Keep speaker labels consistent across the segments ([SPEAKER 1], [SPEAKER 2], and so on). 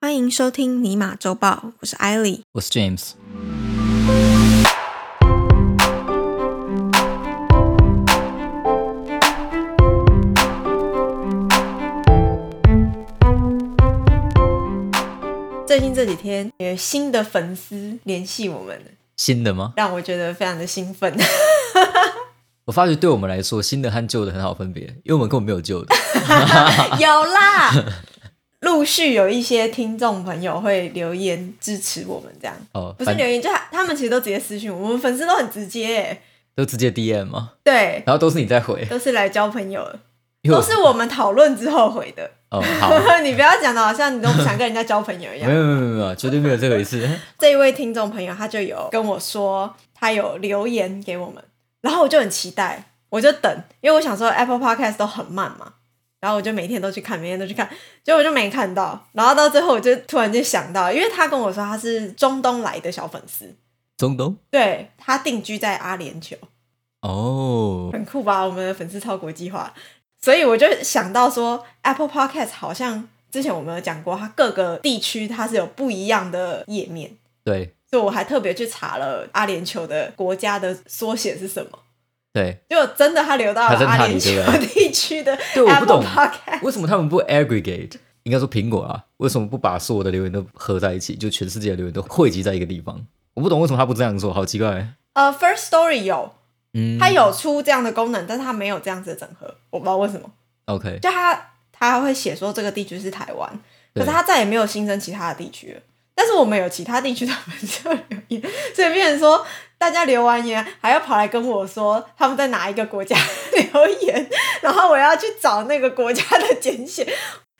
[SPEAKER 1] 欢迎收听尼玛周报，我是艾莉。
[SPEAKER 2] 我是 James。
[SPEAKER 1] 最近这几天有新的粉丝联系我们，
[SPEAKER 2] 新的吗？
[SPEAKER 1] 让我觉得非常的兴 奋。
[SPEAKER 2] 我发觉对我们来说，新的和旧的很好分别，因为我们根本没有旧的。
[SPEAKER 1] 有啦，陆续有一些听众朋友会留言支持我们，这样
[SPEAKER 2] 哦，
[SPEAKER 1] 不是
[SPEAKER 2] 反
[SPEAKER 1] 留言，就他他们其实都直接私讯我们，我们粉丝都很直接耶，
[SPEAKER 2] 都直接 DM 嘛，
[SPEAKER 1] 对，
[SPEAKER 2] 然后都是你在回，
[SPEAKER 1] 都是来交朋友的，
[SPEAKER 2] 因
[SPEAKER 1] 都
[SPEAKER 2] 为我
[SPEAKER 1] 是我们讨论之后回的。
[SPEAKER 2] 哦， 好，没
[SPEAKER 1] 你不要讲的好像你都不想跟人家交朋友一
[SPEAKER 2] 有没
[SPEAKER 1] 样。
[SPEAKER 2] 有没有没有没有，绝对没有这回事。
[SPEAKER 1] 这一位听众朋友他就有跟我说，他有留言给我们，然后我就很期待，我就等，因为我想说 Apple Podcast 都很慢嘛，然后我就每天都去看，每天都去看，结果我就没看到，然后到最后我就突然间想到，因为他跟我说他是中东来的小粉丝，
[SPEAKER 2] 中东
[SPEAKER 1] 对他定居在阿联酋，
[SPEAKER 2] 哦，
[SPEAKER 1] 很酷吧？我们的粉丝超国际化，所以我就想到说，Apple Podcast 好像之前我们有讲过，它各个地区它是有不一样的页面，
[SPEAKER 2] 对
[SPEAKER 1] 所以我还特别去查了阿联酋的国家的缩写是什么。
[SPEAKER 2] 对，
[SPEAKER 1] 就真的，它流到
[SPEAKER 2] 它
[SPEAKER 1] 了
[SPEAKER 2] 真的
[SPEAKER 1] 阿
[SPEAKER 2] 它
[SPEAKER 1] 联
[SPEAKER 2] 里对不
[SPEAKER 1] 酋地区的
[SPEAKER 2] 对我不
[SPEAKER 1] Apple
[SPEAKER 2] 懂
[SPEAKER 1] Podcast，
[SPEAKER 2] 为什么他们不 aggregate？应该说苹果啊，为什么不把所有的留言都合在一起，就全世界的留言都汇集在一个地方？我不懂为什么他不这样做，好奇怪。
[SPEAKER 1] 呃，First Story 有，
[SPEAKER 2] 嗯，
[SPEAKER 1] 它有出这样的功能，但是它没有这样子的整合，我不知道为什么。
[SPEAKER 2] OK，
[SPEAKER 1] 就它它会写说这个地区是台湾，可是
[SPEAKER 2] 对
[SPEAKER 1] 它再也没有新增其他的地区了。但是我们有其他地区的粉丝会留言，所以变成说大家留完言还要跑来跟我说他们在哪一个国家留言，然后我要去找那个国家的简写，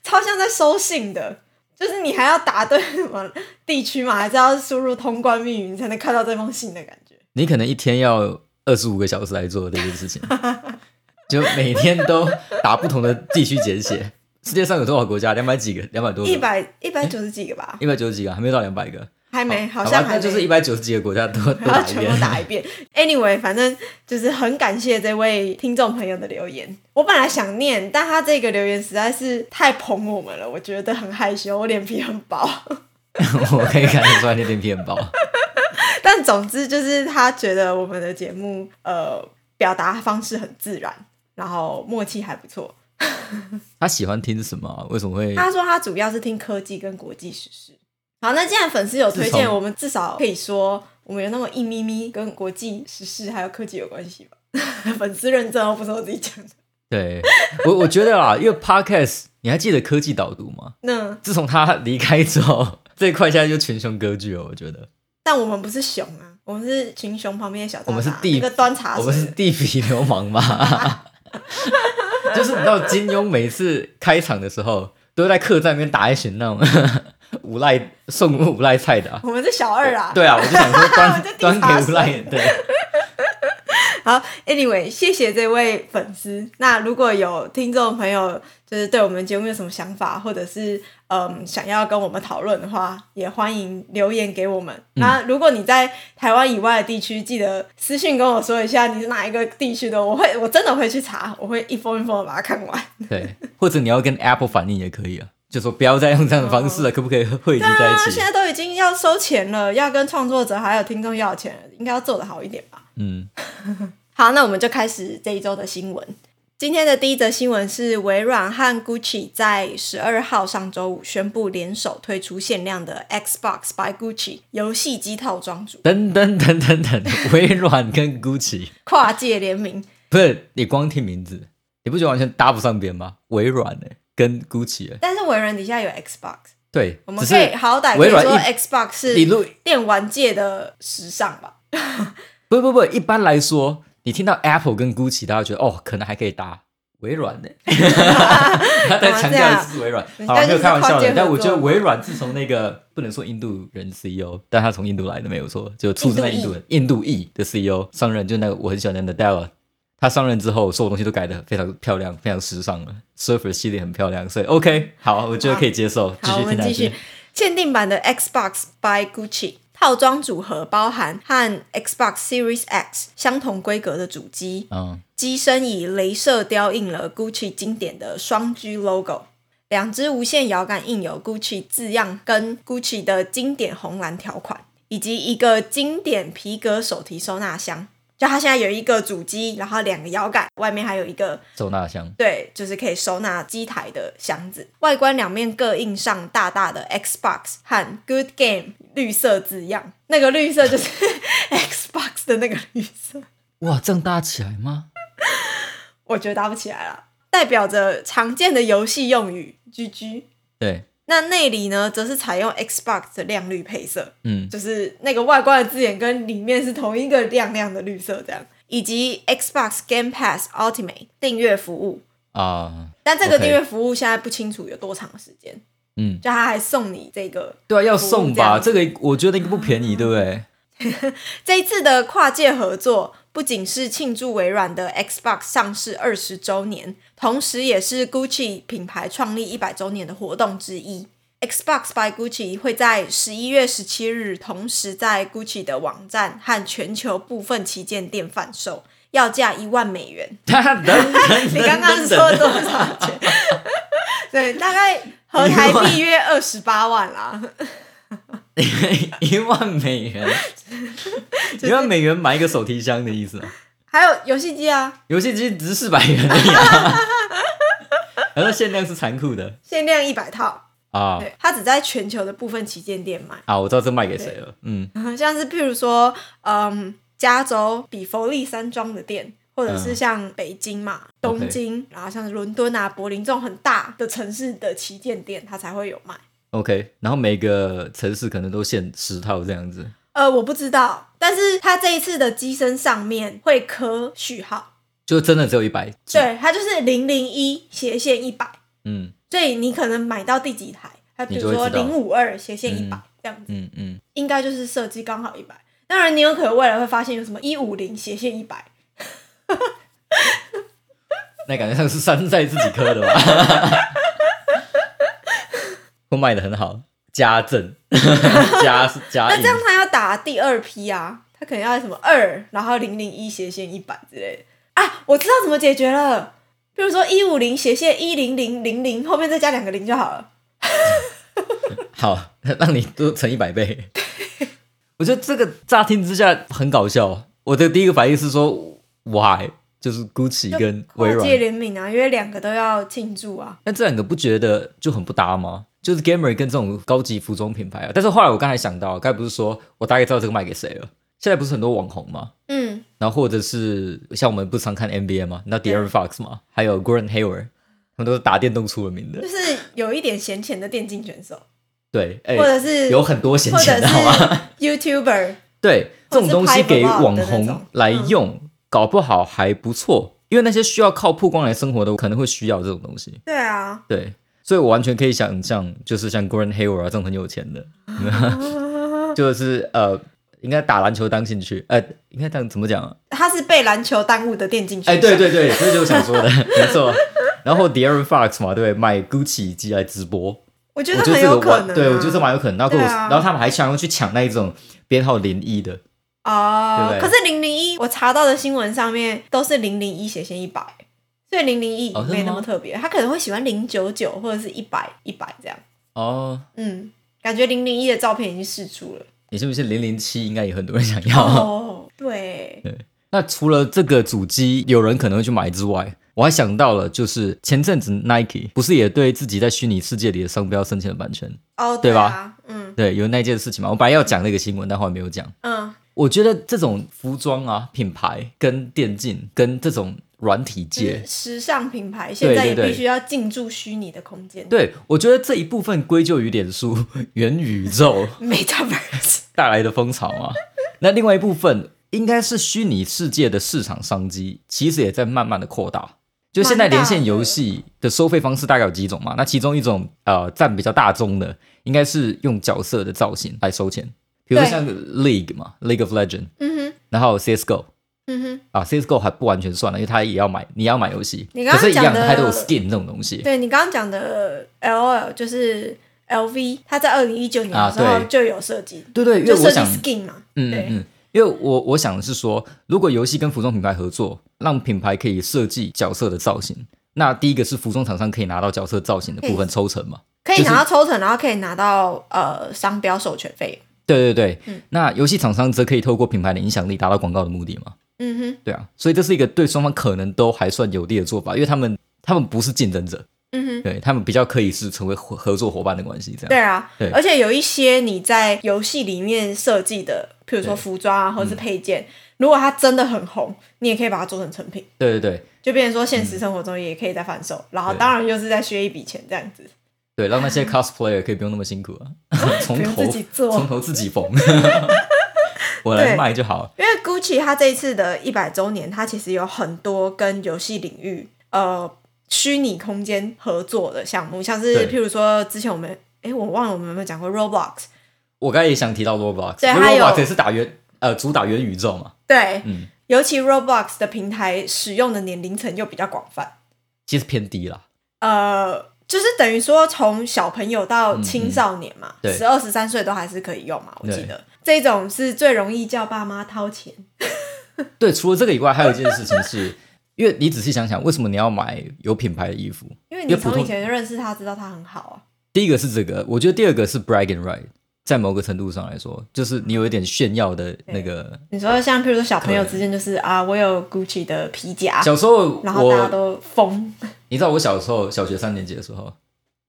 [SPEAKER 1] 超像在收信的。就是你还要答对什么地区嘛，还是要输入通关密语你才能看到这封信的感觉。
[SPEAKER 2] 你可能一天要二十五个小时来做这件事情， 就每天都打不同的地区简写。世界上有多少国家？两百几个，两百多个，
[SPEAKER 1] 一百一百九十几个吧，
[SPEAKER 2] 一百九十几个，还没到两百个。
[SPEAKER 1] 还没，
[SPEAKER 2] 好
[SPEAKER 1] 好像
[SPEAKER 2] 吧
[SPEAKER 1] 还
[SPEAKER 2] 那就是
[SPEAKER 1] 没
[SPEAKER 2] 一百九十几个国 家都
[SPEAKER 1] 然
[SPEAKER 2] 都打
[SPEAKER 1] 后
[SPEAKER 2] 一
[SPEAKER 1] 全部
[SPEAKER 2] 遍。
[SPEAKER 1] 打一遍。Anyway，反正就是很感谢这位听众朋友的留言。我本来想念，但他这个留言实在是太捧我们了，我觉得很害羞，我脸皮很薄。
[SPEAKER 2] 我可以看得出来那边骗包。
[SPEAKER 1] 但总之就是他觉得我们的节目呃表达方式很自然，然后默契还不错。
[SPEAKER 2] 他喜欢听什么啊？为什么 会？
[SPEAKER 1] 他说他主要是听科技跟国际时事。好，那既然粉丝有推
[SPEAKER 2] 自
[SPEAKER 1] 荐，
[SPEAKER 2] 从
[SPEAKER 1] 我们至少可以说我们有那么一咪咪跟国际时事还有科技有关系吧。 粉丝认证哦，不是我自己讲的。
[SPEAKER 2] 对我我觉得啦，因为 podcast，你还记得科技导读吗？
[SPEAKER 1] 那
[SPEAKER 2] 自从他离开之后， 这一块现在就群雄割据了。我觉得
[SPEAKER 1] 但我们不是熊啊，我们是群熊旁边的小渣渣，
[SPEAKER 2] 我们是地
[SPEAKER 1] 那个端茶
[SPEAKER 2] 我
[SPEAKER 1] 水
[SPEAKER 2] 们是
[SPEAKER 1] 的。
[SPEAKER 2] 地痞流氓嘛。 就是你知道金庸每次开场的时候，都在客栈那边打一群那种 无赖送无赖菜的啊、
[SPEAKER 1] 我们是小二啊。
[SPEAKER 2] 对啊，我就想说
[SPEAKER 1] 我
[SPEAKER 2] 端
[SPEAKER 1] 就地
[SPEAKER 2] 端
[SPEAKER 1] 茶
[SPEAKER 2] 给无赖
[SPEAKER 1] 水
[SPEAKER 2] 对。
[SPEAKER 1] 好，Anyway，谢谢这位粉丝。那如果有听众朋友就是对我们节目有什么想法，或者是嗯想要跟我们讨论的话，也欢迎留言给我们。
[SPEAKER 2] 嗯
[SPEAKER 1] 那如果你在台湾以外的地区，记得私信跟我说一下你是哪一个地区的，我会我真的会去查，我会一封一封的把它看完。
[SPEAKER 2] 对，或者你要跟 Apple 反映也可以啊，就说不要再用这样的方式啊了，可不可以 汇集在
[SPEAKER 1] 哦啊，
[SPEAKER 2] 一起
[SPEAKER 1] 现？在都已经要收钱了，要跟创作者还有听众要钱了，应该要做的好一点吧。
[SPEAKER 2] 嗯，
[SPEAKER 1] 好，那我们就开始这一周的新闻。今天的第一则新闻是微软和 Gucci 在十二号上周五宣布联手推出限量的 Xbox by Gucci 游戏机套装组，
[SPEAKER 2] 等等等等等，微软跟 GUCCI
[SPEAKER 1] 跨界联名。
[SPEAKER 2] 不是你光听名字，你不觉得完全搭不上边吗？微软呢、跟 GUCCI 欸
[SPEAKER 1] 但是微软底下有 Xbox，
[SPEAKER 2] 对
[SPEAKER 1] 我，
[SPEAKER 2] 只
[SPEAKER 1] 们可以
[SPEAKER 2] 是
[SPEAKER 1] 好歹可以
[SPEAKER 2] 微软
[SPEAKER 1] 说
[SPEAKER 2] 一
[SPEAKER 1] Xbox
[SPEAKER 2] 你
[SPEAKER 1] 是
[SPEAKER 2] 录
[SPEAKER 1] 电玩界的时尚吧？
[SPEAKER 2] 不不不，一般来说，你听到 Apple 跟 GUCCI，大家觉得哦，可能还可以搭。微软 呢、他再强调一次微软，好了，没有开玩笑的。但我觉得微软自从那个不能说印度人 CEO，但他从印度来的没有错，就出生在印度人印度裔的 CEO 上任，就那个我很喜欢的 Nadella，他上任之后，所有东西都改的非常漂亮，非常时尚了。Surface 系列很漂亮，所以 OK，好，我觉得可以接受。继
[SPEAKER 1] 好，
[SPEAKER 2] 续
[SPEAKER 1] 我们
[SPEAKER 2] 听下
[SPEAKER 1] 继续
[SPEAKER 2] 去。。
[SPEAKER 1] 限定版的 Xbox by Gucci 套装组合包含和 Xbox Series X 相同规格的主机，
[SPEAKER 2] 嗯，
[SPEAKER 1] 机身以镭射雕印了 Gucci 经典的双 G logo。两只无线摇杆印有 Gucci 字样跟 Gucci 的经典红蓝条款，以及一个经典皮革手提收纳箱。就它现在有一个主机，然后两个摇杆，外面还有一个
[SPEAKER 2] 收纳箱。
[SPEAKER 1] 对，就是可以收纳机台的箱子。外观两面各印上大大的 Xbox 和 Good Game 绿色字样，那个绿色就是 Xbox 的那个绿色。
[SPEAKER 2] 哇，这样搭起来吗？
[SPEAKER 1] 我觉得搭不起来了。代表着常见的游戏用语 “GG”。
[SPEAKER 2] 对，
[SPEAKER 1] 那内里呢，则是采用 Xbox 的亮绿配色，
[SPEAKER 2] 嗯，
[SPEAKER 1] 就是那个外观的字眼跟里面是同一个亮亮的绿色，这样，以及 Xbox Game Pass Ultimate 订阅服务。
[SPEAKER 2] 啊，
[SPEAKER 1] 但这个
[SPEAKER 2] OK
[SPEAKER 1] 订阅服务现在不清楚有多长的时间，
[SPEAKER 2] 嗯，
[SPEAKER 1] 就他还送你这个。
[SPEAKER 2] 对啊，要
[SPEAKER 1] 服务
[SPEAKER 2] 送
[SPEAKER 1] 这
[SPEAKER 2] 吧，
[SPEAKER 1] 样
[SPEAKER 2] 这个我觉得应该不便宜，对不对？
[SPEAKER 1] 这一次的跨界合作不仅是庆祝微软的 Xbox 上市二十周年，同时也是 Gucci 品牌创立一百周年的活动之一。Xbox by Gucci 会在十一月十七日同时在 Gucci 的网站和全球部分旗舰店贩售，要价一万美 元。你
[SPEAKER 2] 你
[SPEAKER 1] 刚刚是说多少钱？ 对，大概合台币约二十八万啦。
[SPEAKER 2] 一万美元，一万美元买一个手提箱的意思吗？
[SPEAKER 1] 还有游戏机啊，
[SPEAKER 2] 游戏机只是四百元而已啊，然后限量是残酷的
[SPEAKER 1] 限量一百套，
[SPEAKER 2] 啊
[SPEAKER 1] 对，它只在全球的部分旗舰店卖。
[SPEAKER 2] 啊！我知道这卖给谁了，嗯，
[SPEAKER 1] 像是譬如说，嗯，加州比佛利山庄的店，或者是
[SPEAKER 2] 嗯
[SPEAKER 1] 像北京嘛、东京，然后像是伦敦啊、柏林这种很大的城市的旗舰店，它才会有卖。
[SPEAKER 2] OK，然后每个城市可能都限十套这样子。
[SPEAKER 1] 呃，我不知道，但是它这一次的机身上面会刻序号，
[SPEAKER 2] 就真的只有一百，，
[SPEAKER 1] 对，它就是零零一斜线一百，
[SPEAKER 2] 嗯
[SPEAKER 1] 所以你可能买到第几台，它比
[SPEAKER 2] 你
[SPEAKER 1] 如
[SPEAKER 2] 就会
[SPEAKER 1] 说
[SPEAKER 2] 知道
[SPEAKER 1] 零五二斜线一百
[SPEAKER 2] 嗯
[SPEAKER 1] 这样子，
[SPEAKER 2] 嗯嗯，
[SPEAKER 1] 应该就是设计刚好一百。当然，你有可能未来会发现有什么一五零斜线一百，
[SPEAKER 2] 那感觉像是山寨自己刻的吧？ 会卖的很好，加 赠加加
[SPEAKER 1] 那
[SPEAKER 2] 印
[SPEAKER 1] 这，样他要打第二批啊，他可能要什么二，然后零零一斜线一百之类的啊，我知道怎么解决了。比如说一五零斜线一零零零零，后面再加两个零就好了。
[SPEAKER 2] 好，让你多乘一百倍。我觉得这个乍听之下很搞笑，我的第一个反应是说，why？就是 Gucci 跟微
[SPEAKER 1] 跨
[SPEAKER 2] 软
[SPEAKER 1] 界，联名啊，因为两个都要庆祝啊。
[SPEAKER 2] 那这两个不觉得就很不搭吗？就是 Gamer 跟这种高级服装品牌啊，但是后来我刚才想到，该不是说我大概知道这个卖给谁了？现在不是很多网红吗？
[SPEAKER 1] 嗯，
[SPEAKER 2] 然后或者是像我们不常看 NBA 嘛，那 d a r o n Fox 嘛，还有 Gordon Hayward，他们都是打电动出了名的
[SPEAKER 1] 就。是有一点闲钱的电竞选手，
[SPEAKER 2] 对，哎、
[SPEAKER 1] 或者是
[SPEAKER 2] 有很多闲
[SPEAKER 1] 或者
[SPEAKER 2] 钱的好吗？
[SPEAKER 1] 是 YouTuber，
[SPEAKER 2] 对，
[SPEAKER 1] 或
[SPEAKER 2] 这
[SPEAKER 1] 者是
[SPEAKER 2] 种东
[SPEAKER 1] 拍
[SPEAKER 2] 西
[SPEAKER 1] vlog 的
[SPEAKER 2] 给网
[SPEAKER 1] 那种嗯
[SPEAKER 2] 红来用，搞不好还不错，因为那些需要靠曝光来生活的，可能会需要这种东西。
[SPEAKER 1] 对啊，
[SPEAKER 2] 对，所以我完全可以想象，就是像 Gordon Hayward 啊这种很有钱的， 就是呃，应该打篮球当兴趣，呃，应该这样怎么讲啊？
[SPEAKER 1] 他是被篮球耽误的电竞选手。
[SPEAKER 2] 哎，对对对，这就是我想 说的，没错。然后 Darren Fox 嘛，对，买 Gucci 机来直播，
[SPEAKER 1] 我觉
[SPEAKER 2] 我
[SPEAKER 1] 得
[SPEAKER 2] 觉得
[SPEAKER 1] 很
[SPEAKER 2] 这个
[SPEAKER 1] 有可能、
[SPEAKER 2] 完，
[SPEAKER 1] 啊。
[SPEAKER 2] 对我觉得这蛮有可能。然后跟我，
[SPEAKER 1] 对啊
[SPEAKER 2] 然后他们还想要去抢那一种编号零一的，
[SPEAKER 1] 哦
[SPEAKER 2] 对，不
[SPEAKER 1] 可
[SPEAKER 2] 对
[SPEAKER 1] 是零零一，我查到的新闻上面都是零零一斜线一百，所以零零一
[SPEAKER 2] 哦真的吗
[SPEAKER 1] 没那么特别，他可能会喜欢零九九或者是一百一百这样。
[SPEAKER 2] 哦。
[SPEAKER 1] 嗯，感觉零零一的照片已经试出 了。
[SPEAKER 2] 你是不是零零七？应该也很多人想要。
[SPEAKER 1] 哦，对，
[SPEAKER 2] 那除了这个主机，有人可能会去买之外，我还想到了，就是前阵子 Nike 不是也对自己在虚拟世界里的商标申请了版权？
[SPEAKER 1] 哦，
[SPEAKER 2] 对
[SPEAKER 1] 啊，嗯
[SPEAKER 2] 对，有那件事情嘛。我本来要讲那个新闻，但后来没有讲。
[SPEAKER 1] 嗯，
[SPEAKER 2] 我觉得这种服装啊、品牌跟电竞跟这种软体界，
[SPEAKER 1] 时时尚品牌现
[SPEAKER 2] 对
[SPEAKER 1] 在也
[SPEAKER 2] 对对
[SPEAKER 1] 必须要进驻虚拟的空间，
[SPEAKER 2] 对我觉得这一部分归咎于脸书元宇宙
[SPEAKER 1] ，Metaverse，
[SPEAKER 2] 带来的风潮嘛。 那另外一部分应该是虚拟世界的市场商机，其实也在慢慢的扩大。就现在
[SPEAKER 1] 蛮大的
[SPEAKER 2] 连线游戏的收费方式大概有几种嘛？那其中一种呃占比较大宗的，应该是用角色的造型来收钱，比如说
[SPEAKER 1] 对
[SPEAKER 2] 像 League 嘛，League of Legend，
[SPEAKER 1] 嗯哼，
[SPEAKER 2] 然后 CS:GO
[SPEAKER 1] 嗯哼，
[SPEAKER 2] 啊，CS:GO 还不完全算了，因为它也要买，你要买游戏，
[SPEAKER 1] 你刚刚
[SPEAKER 2] 可是一样
[SPEAKER 1] 讲的
[SPEAKER 2] 它都有 skin 这种东西。
[SPEAKER 1] 对你刚刚讲的 LOL 就是 LV，它在二零一九年的
[SPEAKER 2] 啊
[SPEAKER 1] 时候
[SPEAKER 2] 对
[SPEAKER 1] 就有设计，
[SPEAKER 2] 对对，因为
[SPEAKER 1] 就
[SPEAKER 2] 我
[SPEAKER 1] 设计
[SPEAKER 2] 想
[SPEAKER 1] skin 嘛，
[SPEAKER 2] 嗯
[SPEAKER 1] 对
[SPEAKER 2] 嗯，嗯，因为我我想的是说，如果游戏跟服装品牌合作，让品牌可以设计角色的造型，那第一个是服装厂商可以拿到角色造型的部分抽成嘛？
[SPEAKER 1] 可以
[SPEAKER 2] 就是
[SPEAKER 1] 拿到抽成，然后可以拿到呃商标授权费。
[SPEAKER 2] 对对对，
[SPEAKER 1] 嗯
[SPEAKER 2] 那游戏厂商则可以透过品牌的影响力达到广告的目的嘛？
[SPEAKER 1] 嗯哼，
[SPEAKER 2] 对啊，所以这是一个对双方可能都还算有利的做法，因为他们他们不是竞争者，
[SPEAKER 1] 嗯哼。
[SPEAKER 2] 对他们比较可以是成为合合作伙伴的关系这样。
[SPEAKER 1] 对啊，
[SPEAKER 2] 对
[SPEAKER 1] 而且有一些你在游戏里面设计的，譬如说
[SPEAKER 2] 对
[SPEAKER 1] 服装啊，或是配件，
[SPEAKER 2] 嗯
[SPEAKER 1] 如果它真的很红，你也可以把它做成成品，
[SPEAKER 2] 对对对
[SPEAKER 1] 就变成说现实生活中也可以再贩售，然后
[SPEAKER 2] 嗯对
[SPEAKER 1] 当然就是再削一笔钱这样子。
[SPEAKER 2] 对，让那些 cosplayer 可以不用那么辛苦 啊，从
[SPEAKER 1] 不用
[SPEAKER 2] 头
[SPEAKER 1] 自己做
[SPEAKER 2] 从头自 己缝，我来
[SPEAKER 1] 对
[SPEAKER 2] 卖就好。
[SPEAKER 1] 因为 Gucci 它这一次的一百周年，它其实有很多跟游戏领域呃虚拟空间合作的项目，像是
[SPEAKER 2] 对
[SPEAKER 1] 譬如说之前我们。哎，我忘了我们有没有讲过 Roblox？
[SPEAKER 2] 我刚才也想提到 Roblox，
[SPEAKER 1] 对
[SPEAKER 2] 因为
[SPEAKER 1] 还有
[SPEAKER 2] Roblox 也是打元呃主打元宇宙嘛。
[SPEAKER 1] 对，
[SPEAKER 2] 嗯
[SPEAKER 1] 尤其 Roblox 的平台使用的年龄层又比较广泛，
[SPEAKER 2] 其实偏低啦。
[SPEAKER 1] 呃，就是等于说从小朋友到青少年嘛，
[SPEAKER 2] 嗯嗯对
[SPEAKER 1] 十二十三岁都还是可以用嘛，我
[SPEAKER 2] 对
[SPEAKER 1] 记得这种是最容易叫爸妈掏钱。
[SPEAKER 2] 对，除了这个以外，还有一件事情是，因为你仔细想想，为什么你要买有品牌的衣服？
[SPEAKER 1] 因为
[SPEAKER 2] 因
[SPEAKER 1] 你
[SPEAKER 2] 为普
[SPEAKER 1] 从
[SPEAKER 2] 通
[SPEAKER 1] 以前就认识他，知道他很好啊。
[SPEAKER 2] 第一个是这个，我觉得第二个是 brag and right，在某个程度上来说，就是你有一点炫耀的那个。
[SPEAKER 1] 你说像譬如说小朋友之间就是啊，我有 Gucci 的皮夹，
[SPEAKER 2] 小时候
[SPEAKER 1] 然后大家
[SPEAKER 2] 我，
[SPEAKER 1] 都疯。
[SPEAKER 2] 你知道我小时候小学三年级的时候，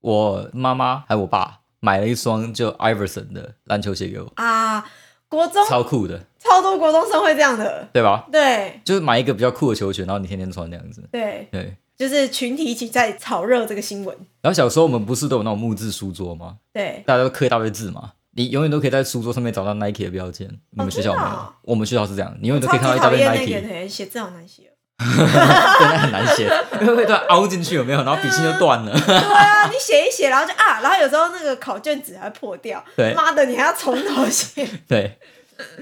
[SPEAKER 2] 我妈妈还有我爸买了一双就 Iverson 的篮球鞋给我，
[SPEAKER 1] 啊，国中
[SPEAKER 2] 超酷的，
[SPEAKER 1] 超多国中生会这样的，
[SPEAKER 2] 对吧？
[SPEAKER 1] 对
[SPEAKER 2] 就是买一个比较酷的球鞋，然后你天天穿那样子。
[SPEAKER 1] 对，
[SPEAKER 2] 对，
[SPEAKER 1] 就是群体一起在炒热这个新闻，
[SPEAKER 2] 然后小时候我们不是都有那种木质书桌吗？
[SPEAKER 1] 对，
[SPEAKER 2] 大家都刻一大堆字嘛，你永远都可以在书桌上面找到 Nike 的标签。你们学校有没
[SPEAKER 1] 真
[SPEAKER 2] 有？
[SPEAKER 1] 的哦
[SPEAKER 2] 我们学校是这样，你永远都
[SPEAKER 1] 超
[SPEAKER 2] 可以
[SPEAKER 1] 级
[SPEAKER 2] 看到一大
[SPEAKER 1] 讨
[SPEAKER 2] 堆
[SPEAKER 1] 厌
[SPEAKER 2] Nike，
[SPEAKER 1] 那个
[SPEAKER 2] 对，
[SPEAKER 1] 人写字好难写哦。
[SPEAKER 2] 那很难写，因为会突然凹进去，有没有？然后笔芯就断了。
[SPEAKER 1] 对啊，你写一写，然后就啊，然后有时候那个考卷纸还破掉，
[SPEAKER 2] 对
[SPEAKER 1] 妈的，你还要从头 写。
[SPEAKER 2] 对，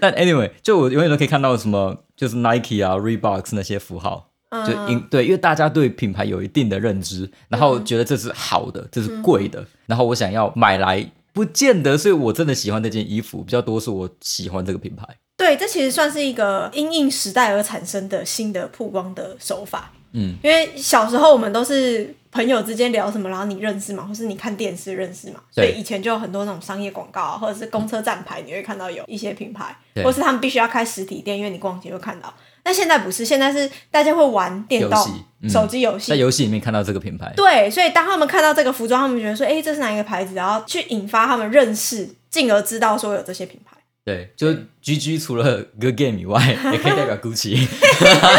[SPEAKER 2] 但 anyway，就我永远都可以看到什么，就是 Nike 啊、Reebok 那些符号。就因
[SPEAKER 1] 嗯，
[SPEAKER 2] 对，因为大家对品牌有一定的认知，然后觉得这是好的，这是贵
[SPEAKER 1] 嗯
[SPEAKER 2] 的，然后我想要买来，不见得是我真的喜欢这件衣服，比较多是我喜欢这个品牌。
[SPEAKER 1] 对，这其实算是一个因应时代而产生的新的曝光的手法。
[SPEAKER 2] 嗯，
[SPEAKER 1] 因为小时候我们都是朋友之间聊什么，然后你认识嘛，或是你看电视认识嘛，所
[SPEAKER 2] 对
[SPEAKER 1] 以以前就有很多那种商业广告啊，或者是公车站牌，你会看到有一些品牌，
[SPEAKER 2] 对
[SPEAKER 1] 或是他们必须要开实体店，因为你逛街会看到。但现在不是，现在是大家会玩电动
[SPEAKER 2] 游戏、嗯
[SPEAKER 1] 手机游戏
[SPEAKER 2] 在，游戏里面看到这个品牌，
[SPEAKER 1] 对，所以当他们看到这个服装，他们觉得说，哎、这是哪一个牌子，然后去引发他们认识，进而知道说有这些品牌。
[SPEAKER 2] 对，就是 GG 除了 Good Game 以外，也可以代表 Gucci。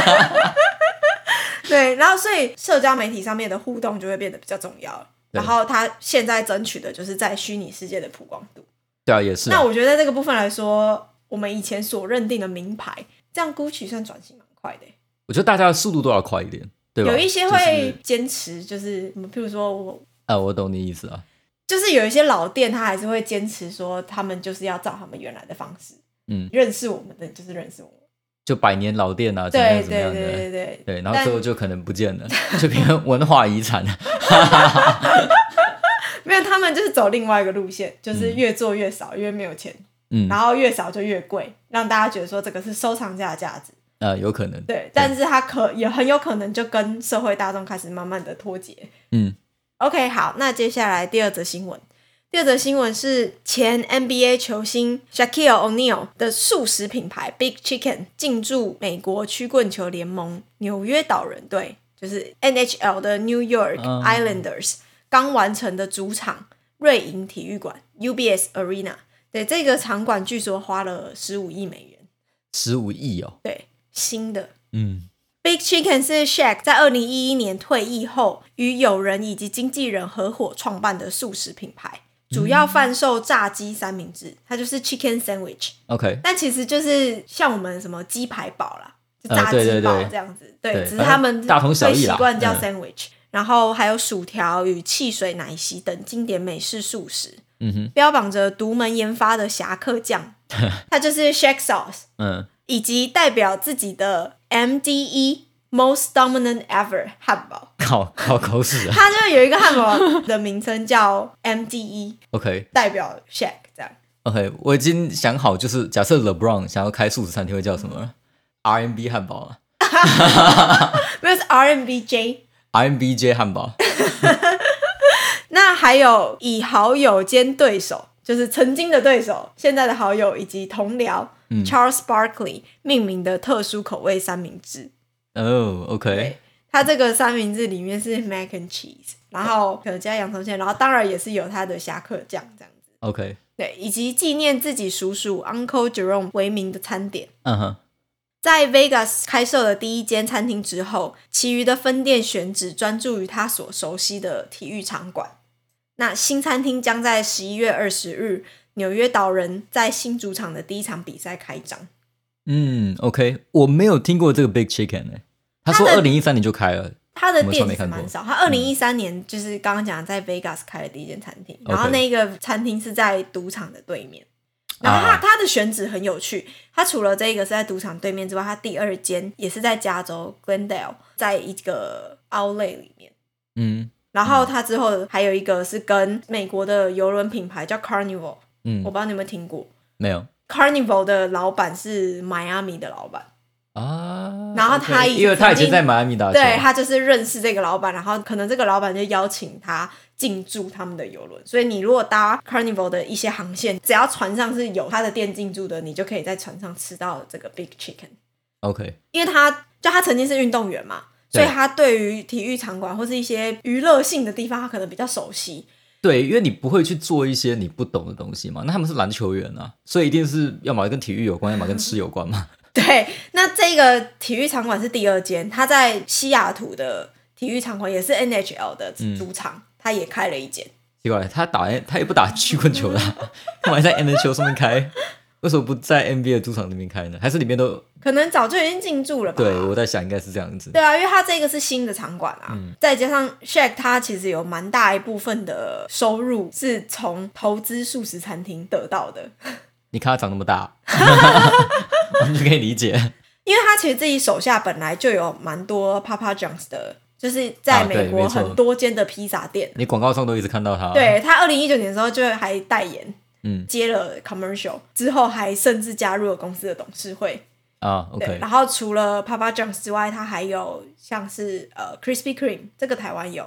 [SPEAKER 1] 对，然后所以社交媒体上面的互动就会变得比较重要了。
[SPEAKER 2] 对
[SPEAKER 1] 然后他现在争取的就是在虚拟世界的曝光度。
[SPEAKER 2] 对啊，也是啊、
[SPEAKER 1] 那我觉得这个部分来说，我们以前所认定的名牌，这样 Gucci 算转型蛮快的欸、
[SPEAKER 2] 我觉得大家的速度都要快一点，对吧？
[SPEAKER 1] 有一些
[SPEAKER 2] 就是
[SPEAKER 1] 会坚持，就是嗯譬如说我。
[SPEAKER 2] 啊，我懂你意思啊。
[SPEAKER 1] 就是有一些老店，他还是会坚持说，他们就是要照他们原来的方式，
[SPEAKER 2] 嗯，
[SPEAKER 1] 认识我们的就是认识我们，
[SPEAKER 2] 就百年老店啊，怎么
[SPEAKER 1] 对
[SPEAKER 2] 样怎么
[SPEAKER 1] 对
[SPEAKER 2] 样
[SPEAKER 1] 对
[SPEAKER 2] 的，
[SPEAKER 1] 对对，
[SPEAKER 2] 对，然后
[SPEAKER 1] 但
[SPEAKER 2] 最后就可能不见了，就变成文化遗产。
[SPEAKER 1] 没有，他们就是走另外一个路线，就是越做越少，越没有钱，
[SPEAKER 2] 嗯
[SPEAKER 1] 然，后越少就越贵，让大家觉得说这个是收藏家的价值。
[SPEAKER 2] 呃，有可能。
[SPEAKER 1] 对，但是它可也很有可能就跟社会大众开始慢慢的脱节。
[SPEAKER 2] 嗯，
[SPEAKER 1] OK，好，那接下来第二则新闻。第二则新闻是前 NBA 球星 Shaquille O'Neal 的素食品牌 Big Chicken 进驻美国曲棍球联盟纽约岛人队，就是 NHL 的 New York
[SPEAKER 2] 嗯
[SPEAKER 1] Islanders 刚完成的主场瑞银体育馆 UBS Arena。对，这个场馆据说花了十五亿美元，
[SPEAKER 2] 十五亿哦，
[SPEAKER 1] 对，新的。
[SPEAKER 2] 嗯，
[SPEAKER 1] Big Chicken 是 Shaq 在二零一一年退役后，与友人以及经纪人合伙创办的素食品牌，主要贩售炸鸡三明治，它就是 Chicken Sandwich，
[SPEAKER 2] OK，
[SPEAKER 1] 但其实就是像我们什么鸡排堡啦，就
[SPEAKER 2] 呃
[SPEAKER 1] 炸
[SPEAKER 2] 对
[SPEAKER 1] 鸡
[SPEAKER 2] 对
[SPEAKER 1] 堡
[SPEAKER 2] 对
[SPEAKER 1] 这样子，对
[SPEAKER 2] 对
[SPEAKER 1] 只是他们
[SPEAKER 2] 大同小
[SPEAKER 1] 会
[SPEAKER 2] 异啦
[SPEAKER 1] 习惯叫
[SPEAKER 2] 嗯
[SPEAKER 1] sandwich，、然后还有薯条与汽水、奶昔等经典美式素食，
[SPEAKER 2] 嗯哼，
[SPEAKER 1] 标榜着独门研发的侠客 酱，它就是 Shaq sauce。
[SPEAKER 2] 嗯，
[SPEAKER 1] 以及代表自己的 MDE Most Dominant Ever 汉堡。
[SPEAKER 2] 靠靠口水 啊
[SPEAKER 1] 它就有一个汉堡的名称叫 MDE，
[SPEAKER 2] ，OK
[SPEAKER 1] 代表 Shaq 这样。
[SPEAKER 2] OK，我已经想好，就是假设 LeBron 想要开素食餐厅会叫什么了？R&B 汉堡啊
[SPEAKER 1] 没有是 RMBJ
[SPEAKER 2] RMBJ 汉堡，
[SPEAKER 1] 那还有以好友兼对手，就是曾经的对手、现在的好友以及同僚、Charles Barkley 命名的特殊口味三明治。
[SPEAKER 2] 哦，OK、o k
[SPEAKER 1] 对，它这个三明治里面是 mac and cheese，然后可能加洋葱馅，然后当然也是有它的侠客酱这样子。
[SPEAKER 2] OK，
[SPEAKER 1] 对，以及纪念自己叔叔 Uncle Jerome 为名的餐点。
[SPEAKER 2] 嗯哼，
[SPEAKER 1] 在 Vegas 开设了第一间餐厅之后，其余的分店选址专注于他所熟悉的体育场馆。那新餐厅将在十一月二十日，纽约岛人在新主场的第一场比赛开张。
[SPEAKER 2] 嗯，OK，我没有听过这个 Big Chicken 哎、他说
[SPEAKER 1] 它
[SPEAKER 2] 二
[SPEAKER 1] 的
[SPEAKER 2] 零一三年就开了，
[SPEAKER 1] 他的
[SPEAKER 2] 我们从
[SPEAKER 1] 店
[SPEAKER 2] 来没
[SPEAKER 1] 其实
[SPEAKER 2] 看过嗯
[SPEAKER 1] 蛮少，他二零一三年就是刚刚讲在 Vegas 开的第一间餐厅，然后
[SPEAKER 2] OK
[SPEAKER 1] 那个餐厅是在赌场的对面。然后它
[SPEAKER 2] 啊
[SPEAKER 1] 它的选址很有趣，它除了这个是在赌场对面之外，它第二间也是在加州 Glendale，在一个 Outlet 里面。
[SPEAKER 2] 嗯
[SPEAKER 1] 然后它之后还有一个是跟美国的游轮品牌叫 Carnival，我
[SPEAKER 2] 嗯，
[SPEAKER 1] 不知道你有没有听过
[SPEAKER 2] 没有
[SPEAKER 1] Carnival 的老板是 Miami 的老板，
[SPEAKER 2] 啊。
[SPEAKER 1] 然后
[SPEAKER 2] OK，
[SPEAKER 1] 他以
[SPEAKER 2] 因为他以
[SPEAKER 1] 曾经
[SPEAKER 2] 前在迈阿密打球，
[SPEAKER 1] 对他就是认识这个老板，然后可能这个老板就邀请他进驻他们的游轮。所以你如果搭 Carnival 的一些航线，只要船上是有他的店进驻的，你就可以在船上吃到这个 Big Chicken。
[SPEAKER 2] OK，
[SPEAKER 1] 因为他就他曾经是运动员嘛，嗯所
[SPEAKER 2] 对
[SPEAKER 1] 以他对于体育场馆或是一些娱乐性的地方，他可能比较熟悉。
[SPEAKER 2] 对，因为你不会去做一些你不懂的东西嘛。那他们是篮球员啊，所以一定是要么跟体育有关，要么跟吃有关嘛。
[SPEAKER 1] 对，那这个体育场馆是第二间，他在西雅图的体育场馆也是 NHL 的主场，他也开了一间。
[SPEAKER 2] 奇怪，他打他也 不打曲棍球啦，干嘛在 NHL 上面开？为什么不在 NBA 的主场那边开呢？还是里面都
[SPEAKER 1] 可能早就已经进驻了吧？
[SPEAKER 2] 对？我在想应该是这样子。
[SPEAKER 1] 对啊，因为它这个是新的场馆啊，
[SPEAKER 2] 嗯
[SPEAKER 1] 再加上 Shaq 他其实有蛮大一部分的收入是从投资素食餐厅得到的，
[SPEAKER 2] 你看他长那 么大，我们就可以理解。
[SPEAKER 1] 因为他其实自己手下本来就有蛮多 Papa John's 的，就是在
[SPEAKER 2] 啊对
[SPEAKER 1] 美国
[SPEAKER 2] 没错
[SPEAKER 1] 很多间的披萨店。
[SPEAKER 2] 你广告上都一直看到他。，
[SPEAKER 1] 对他，二零一九年的时候就还代言，
[SPEAKER 2] 嗯
[SPEAKER 1] 接了 commercial 之后，还甚至加入了公司的董事会。
[SPEAKER 2] 啊
[SPEAKER 1] 对，
[SPEAKER 2] ，OK，
[SPEAKER 1] 然后除了 Papa John's 之外，它还有像是呃 Krispy Kreme，这个台湾有，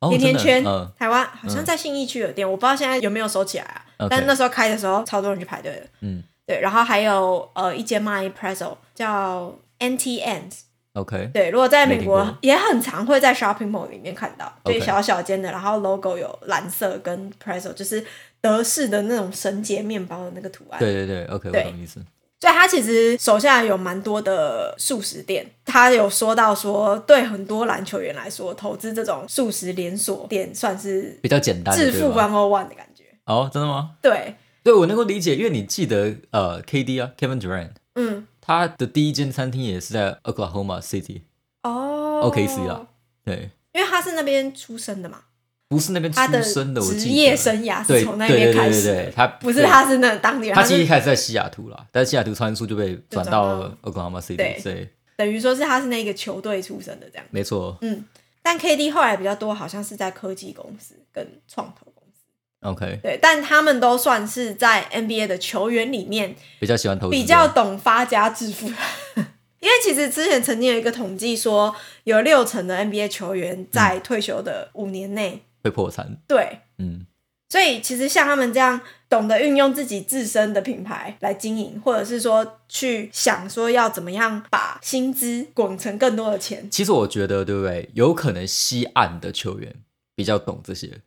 [SPEAKER 2] 哦
[SPEAKER 1] 甜甜
[SPEAKER 2] 真
[SPEAKER 1] 圈，
[SPEAKER 2] 的嗯，
[SPEAKER 1] 台湾好像在信义区有店，我不知道现在有没有收起来啊。
[SPEAKER 2] OK
[SPEAKER 1] 但那时候开的时候，超多人去排队的。
[SPEAKER 2] 嗯，
[SPEAKER 1] 对，然后还有呃一间卖 pretzel 叫 NT Ends，
[SPEAKER 2] OK，
[SPEAKER 1] 对，如果在美
[SPEAKER 2] 没听
[SPEAKER 1] 国
[SPEAKER 2] 过
[SPEAKER 1] 也很常会在 shopping mall 里面看到，对，
[SPEAKER 2] OK
[SPEAKER 1] 小小间的，然后 logo 有蓝色跟 pretzel，就是德式的那种绳结面包的那个图案。
[SPEAKER 2] 对对对，OK，
[SPEAKER 1] 对
[SPEAKER 2] 我懂意思。
[SPEAKER 1] 所以他其实手下有蛮多的素食店，他有说到说，对很多篮球员来说，投资这种素食连锁店算是
[SPEAKER 2] 比较简单的，
[SPEAKER 1] 致富
[SPEAKER 2] 对吧？
[SPEAKER 1] one o one 的感觉。
[SPEAKER 2] 哦，真的吗？
[SPEAKER 1] 对，
[SPEAKER 2] 对，我能够理解，因为你记得呃，KD 啊，Kevin Durant，
[SPEAKER 1] 嗯，
[SPEAKER 2] 他的第一间餐厅也是在 Oklahoma City，
[SPEAKER 1] 哦
[SPEAKER 2] OKC 啦对，
[SPEAKER 1] 因为他是那边出生的嘛，
[SPEAKER 2] 不是那边
[SPEAKER 1] 他的
[SPEAKER 2] 出生的，我记
[SPEAKER 1] 职
[SPEAKER 2] 得
[SPEAKER 1] 业生涯是
[SPEAKER 2] 对
[SPEAKER 1] 从那
[SPEAKER 2] 对
[SPEAKER 1] 边
[SPEAKER 2] 对
[SPEAKER 1] 开
[SPEAKER 2] 对
[SPEAKER 1] 始
[SPEAKER 2] 对
[SPEAKER 1] 的，
[SPEAKER 2] 对，他
[SPEAKER 1] 不是
[SPEAKER 2] 对
[SPEAKER 1] 他是那当地人，
[SPEAKER 2] 他
[SPEAKER 1] 是
[SPEAKER 2] 其实一开始在西雅图啦，但是西雅图传输就被转到
[SPEAKER 1] 就
[SPEAKER 2] Oklahoma
[SPEAKER 1] 对
[SPEAKER 2] City，所以
[SPEAKER 1] 等于说是他是那个球队出身的这样。
[SPEAKER 2] 没错。
[SPEAKER 1] 但 KD 后来比较多，好像是在科技公司跟创投公司，
[SPEAKER 2] OK，
[SPEAKER 1] 对，但他们都算是在 NBA 的球员里面
[SPEAKER 2] 比较喜欢投资，
[SPEAKER 1] 比较懂发家致富。因为其实之前曾经有一个统计说，有六成的 NBA 球员在退休的五年内，
[SPEAKER 2] 会破产。
[SPEAKER 1] 对，
[SPEAKER 2] 嗯，
[SPEAKER 1] 所以其实像他们这样懂得运用自己自身的品牌来经营，或者是说去想说要怎么样把薪资滚成更多的钱，
[SPEAKER 2] 其实我觉得，对不对？有可能西岸的球员比较懂这些，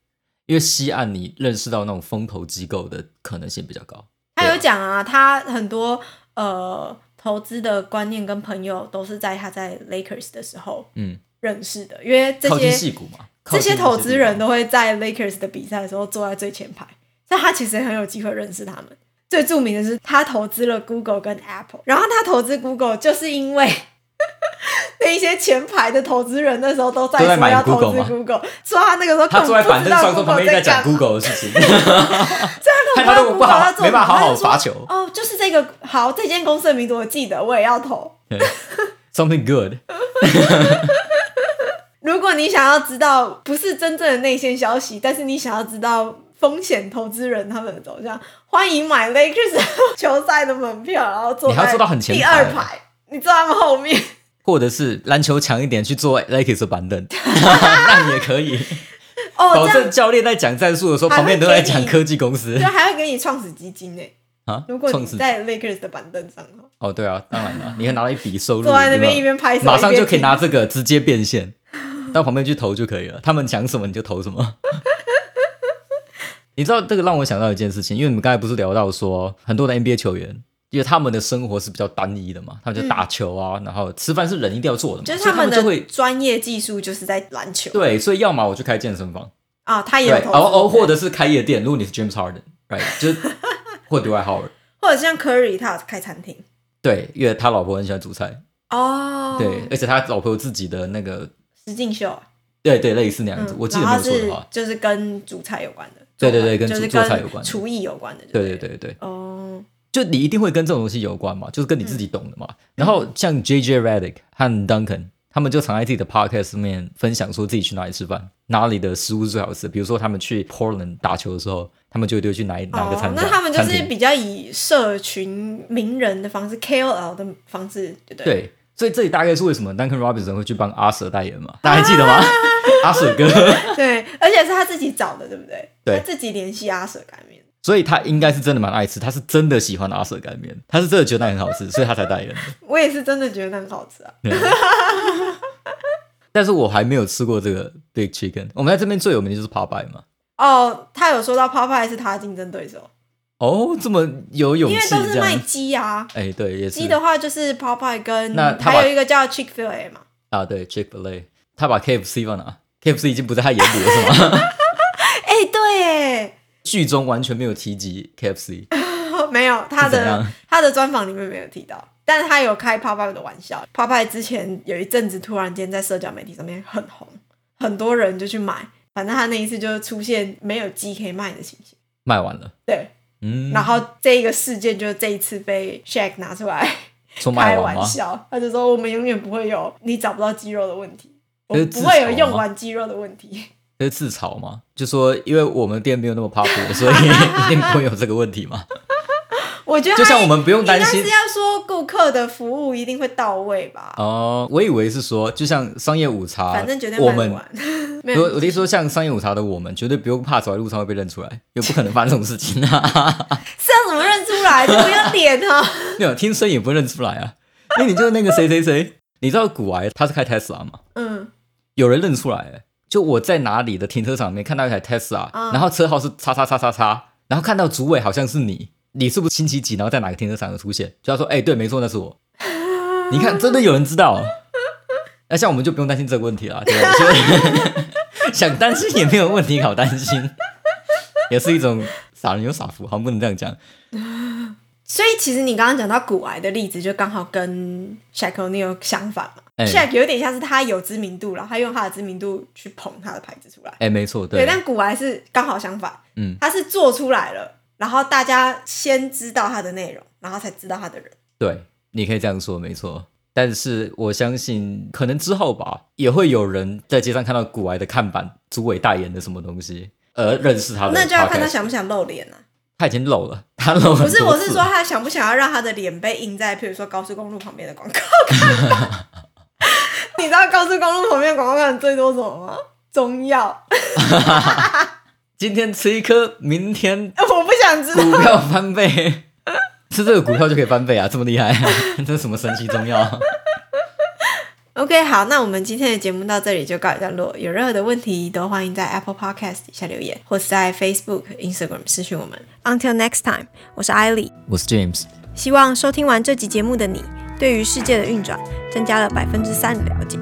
[SPEAKER 2] 因为西岸你认识到那种风投机构的可能性比较高。
[SPEAKER 1] 他
[SPEAKER 2] 对啊
[SPEAKER 1] 有讲啊，他很多呃投资的观念跟朋友都是在他在 Lakers 的时候
[SPEAKER 2] 嗯，
[SPEAKER 1] 认识的，因为这
[SPEAKER 2] 靠近
[SPEAKER 1] 些
[SPEAKER 2] 戏谷嘛，靠
[SPEAKER 1] 这
[SPEAKER 2] 近
[SPEAKER 1] 些投资人
[SPEAKER 2] 都
[SPEAKER 1] 都会在 Lakers 的比赛的时候坐在最前排，所以他其实很有机会认识他们。最著名的是他投资了 Google 跟 Apple，然后他投资 Google 就是因为 那一些前排的投资人那时候都在
[SPEAKER 2] 都在
[SPEAKER 1] 说
[SPEAKER 2] 买
[SPEAKER 1] 要投
[SPEAKER 2] Google
[SPEAKER 1] 资
[SPEAKER 2] 吗
[SPEAKER 1] Google，说他那个时候根
[SPEAKER 2] 他坐
[SPEAKER 1] 本
[SPEAKER 2] 在
[SPEAKER 1] 不
[SPEAKER 2] 板
[SPEAKER 1] 知
[SPEAKER 2] 凳
[SPEAKER 1] 道
[SPEAKER 2] 上，从旁
[SPEAKER 1] Google
[SPEAKER 2] 边一直
[SPEAKER 1] 在
[SPEAKER 2] 在讲
[SPEAKER 1] 干嘛。
[SPEAKER 2] Google 的事情，
[SPEAKER 1] 这样
[SPEAKER 2] 看
[SPEAKER 1] 根
[SPEAKER 2] 他都
[SPEAKER 1] 本
[SPEAKER 2] 不
[SPEAKER 1] 知道
[SPEAKER 2] 好
[SPEAKER 1] 在，做
[SPEAKER 2] 没办法
[SPEAKER 1] 什么
[SPEAKER 2] 好好
[SPEAKER 1] 他就说
[SPEAKER 2] 罚球。
[SPEAKER 1] 哦，就是这个好，这间公司的名字我记得，我也要投。
[SPEAKER 2] 对 Something good，
[SPEAKER 1] 如果你想要知道不是真正的内线消息，但是你想要知道风险投资人他们的走向，欢迎买 Lakers 球赛的门票，然后坐
[SPEAKER 2] 你还要
[SPEAKER 1] 在
[SPEAKER 2] 坐到很前
[SPEAKER 1] 第
[SPEAKER 2] 排
[SPEAKER 1] 二排，你坐在他们后面。
[SPEAKER 2] 或者是篮球强一点去做 Lakers 的板凳， 那你也可以。
[SPEAKER 1] 哦，
[SPEAKER 2] 保
[SPEAKER 1] 这
[SPEAKER 2] 证
[SPEAKER 1] 样
[SPEAKER 2] 教练在讲战术的时候，
[SPEAKER 1] 还会
[SPEAKER 2] 旁边都在讲
[SPEAKER 1] 给你
[SPEAKER 2] 科技公司
[SPEAKER 1] 对，还会给你创始基金呢。
[SPEAKER 2] 啊。
[SPEAKER 1] 如果
[SPEAKER 2] 创
[SPEAKER 1] 你
[SPEAKER 2] 始
[SPEAKER 1] 在 Lakers 的板凳上，
[SPEAKER 2] 哦，对啊，当然了，你会拿到一笔收入，
[SPEAKER 1] 坐在那
[SPEAKER 2] 有没有
[SPEAKER 1] 边一边拍手，
[SPEAKER 2] 马上就可以拿
[SPEAKER 1] 一边
[SPEAKER 2] 这个直接变现，到旁边去投就可以了。他们讲什么你就投什么。 你知道这个让我想到一件事情，因为你们刚才不是聊到说很多的 NBA 球员，因为他们的生活是比较单一的嘛，他们就打球啊，然后吃饭是人一定要做的嘛，
[SPEAKER 1] 嗯听，就是
[SPEAKER 2] 所以他
[SPEAKER 1] 们
[SPEAKER 2] 就
[SPEAKER 1] 的
[SPEAKER 2] 会
[SPEAKER 1] 专业技术就是在篮球
[SPEAKER 2] 对，所以要么我就开健身房，
[SPEAKER 1] 啊，他也
[SPEAKER 2] 对
[SPEAKER 1] 有，投资
[SPEAKER 2] 哦哦，或者是开夜店，如果你是 James Harden，right，就是或 Dwight Howard，
[SPEAKER 1] 或者像 Curry 他有开餐厅
[SPEAKER 2] 对，因为他老婆很喜欢煮菜，
[SPEAKER 1] 哦，
[SPEAKER 2] 对，，而且他老婆有自己的那个，
[SPEAKER 1] 石进秀啊，
[SPEAKER 2] 对对，类似那样子，
[SPEAKER 1] 嗯
[SPEAKER 2] 我记得
[SPEAKER 1] 然
[SPEAKER 2] 没
[SPEAKER 1] 后
[SPEAKER 2] 有错的话
[SPEAKER 1] 是，就是跟主菜有关的，
[SPEAKER 2] 对对对
[SPEAKER 1] 做
[SPEAKER 2] 跟
[SPEAKER 1] 法就是
[SPEAKER 2] 主做菜有关的
[SPEAKER 1] 厨艺有关的，
[SPEAKER 2] 对对，对对，
[SPEAKER 1] 哦，
[SPEAKER 2] 就你一定会跟这种东西有关嘛，就是跟你
[SPEAKER 1] 嗯
[SPEAKER 2] 自己懂的嘛。然后像 J J Redick 和 Duncan，他们就常在自己的 podcast 里面分享说自己去哪里吃饭，哪里的食物是最好吃的。比如说他们去 Portland 打球的时候，他们就会去哪一哪个
[SPEAKER 1] 哦
[SPEAKER 2] 餐，馆、
[SPEAKER 1] 那他们就
[SPEAKER 2] 餐
[SPEAKER 1] 是
[SPEAKER 2] 厅
[SPEAKER 1] 比较以社群名人的方式 KOL 的方式，对不对？
[SPEAKER 2] 对。所以这里大概是为什么 Duncan Robinson 会去帮阿 Sir 代言嘛？大家还记 得吗？阿 Sir 哥，
[SPEAKER 1] 对，而且是他自己找的，对不对？
[SPEAKER 2] 对
[SPEAKER 1] 他自己联系阿舍干面。
[SPEAKER 2] 所以他应该是真的蛮爱吃，他是真的喜欢阿 Sir 干面，他是真的觉得那很好吃，所以他才代 言的。
[SPEAKER 1] 我也是真的觉得那很好吃啊！
[SPEAKER 2] 但是我还没有吃过这个 Big Chicken。我们在这边最有名的就是 Popeye 嘛。
[SPEAKER 1] 哦，他有说到 Popeye 是他的竞争对手，
[SPEAKER 2] 哦，这么有勇
[SPEAKER 1] 因为
[SPEAKER 2] 气
[SPEAKER 1] 都是
[SPEAKER 2] 这
[SPEAKER 1] 卖
[SPEAKER 2] 样。
[SPEAKER 1] 鸡啊，
[SPEAKER 2] 哎，对，也是
[SPEAKER 1] 鸡的话就是 Popeye 跟
[SPEAKER 2] 那他把
[SPEAKER 1] 还有一个叫 Chick Fil A 嘛，
[SPEAKER 2] 啊，对 Chick Fil A，他把 KFC 放哪？KFC 已经不在他眼里了，是吗？
[SPEAKER 1] 哎、对耶，
[SPEAKER 2] 剧中完全没有提及 KFC，
[SPEAKER 1] 没有他
[SPEAKER 2] 是怎
[SPEAKER 1] 的
[SPEAKER 2] 样
[SPEAKER 1] 他的专访里面没有提到，但是他有开 Popeye 的玩笑。Popeye 之前有一阵子突然间在社交媒体上面很红，很多人就去买，反正他那一次就出现没有鸡可以卖的情形。
[SPEAKER 2] 卖完了。
[SPEAKER 1] 对，
[SPEAKER 2] 嗯，
[SPEAKER 1] 然后这个事件就这一次被 Shaq 拿出来
[SPEAKER 2] 说卖
[SPEAKER 1] 开
[SPEAKER 2] 完
[SPEAKER 1] 玩
[SPEAKER 2] 吗？
[SPEAKER 1] 笑，他就说我们永远不会有你找不到肌肉的问题，我
[SPEAKER 2] 这是
[SPEAKER 1] 们
[SPEAKER 2] 自
[SPEAKER 1] 不会有
[SPEAKER 2] 嘲
[SPEAKER 1] 用
[SPEAKER 2] 吗
[SPEAKER 1] 完肌肉的问题。
[SPEAKER 2] 这是自嘲吗？就说因为我们店没有那么 popular，所以 一定不会有这个问题嘛。
[SPEAKER 1] 我觉得
[SPEAKER 2] 就像
[SPEAKER 1] 他
[SPEAKER 2] 我们不 用
[SPEAKER 1] 应该
[SPEAKER 2] 担心
[SPEAKER 1] 是要说顾客的服务一定会到位吧，
[SPEAKER 2] 哦、我以为是说，就像商业午茶，
[SPEAKER 1] 反正绝对
[SPEAKER 2] 啊我
[SPEAKER 1] 卖不
[SPEAKER 2] 们
[SPEAKER 1] 完。 没
[SPEAKER 2] 我
[SPEAKER 1] 有，
[SPEAKER 2] 我的意思说，像商业午茶的我们，绝对不用怕走在路上会被认出来，也不可能发生这种事情啊。
[SPEAKER 1] 是要怎么认出来？就不要脸啊！
[SPEAKER 2] 没有听声也不会认出来啊，因为你就是那个谁谁谁。你知道古埃他是开 Tesla 吗？
[SPEAKER 1] 嗯，
[SPEAKER 2] 有人认出来欸，就我在哪里的停车场里面看到一台 Tesla，、
[SPEAKER 1] 嗯
[SPEAKER 2] 然后车号是叉叉叉叉叉，然后看到主委好像是你，你是不是星期几？然后在哪个停车场有出现？就要说，哎、对，没错，那是我。你看，真的有人知道。 那像我们就不用担心这个问题啦，对不对？就 想担心也没有问题，好担心，也是一种傻人有傻福，好像不能这样讲。
[SPEAKER 1] 所以其实你刚刚讲到古癌的例子，就刚好跟 Shaq O'Neal 相反嘛。
[SPEAKER 2] 哎
[SPEAKER 1] Shaq 有点像是他有知名度了，他用他的知名度去捧他的牌子出来。
[SPEAKER 2] 哎、没错，
[SPEAKER 1] 对，但古癌是刚好相反，
[SPEAKER 2] 嗯，
[SPEAKER 1] 他是做出来了，然后大家先知道他的内容，然后才知道他的人。
[SPEAKER 2] 对，你可以这样说，没错。但是我相信，可能之后吧，也会有人在街上看到古埃的看板、主委代言的什么东西，而认识他的
[SPEAKER 1] 哦
[SPEAKER 2] podcast。
[SPEAKER 1] 那就要看他想不想露脸啊。
[SPEAKER 2] 他已经漏了， 他漏了。
[SPEAKER 1] 不是，我是说，他想不想要让他的脸被印在，譬如说高速公路旁边的广告看 板。你知道高速公路旁边的广告看板最多什么吗？中药。
[SPEAKER 2] 今天吃一颗，明天
[SPEAKER 1] 我不想知道。
[SPEAKER 2] 股票翻倍， 吃这个股票就可以翻倍啊， 这么厉害，这是什么神奇中药？
[SPEAKER 1] OK，好，那我们今天的节目到这里就告一段落。有任何的问题，都欢迎在 Apple Podcast 底下留言，或是在 Facebook、Instagram 私讯我们。Until next time，我是艾莉。
[SPEAKER 2] 我是 James，
[SPEAKER 1] 希望收听完这集节目的你，对于世界的运转增加了百分之三的了解。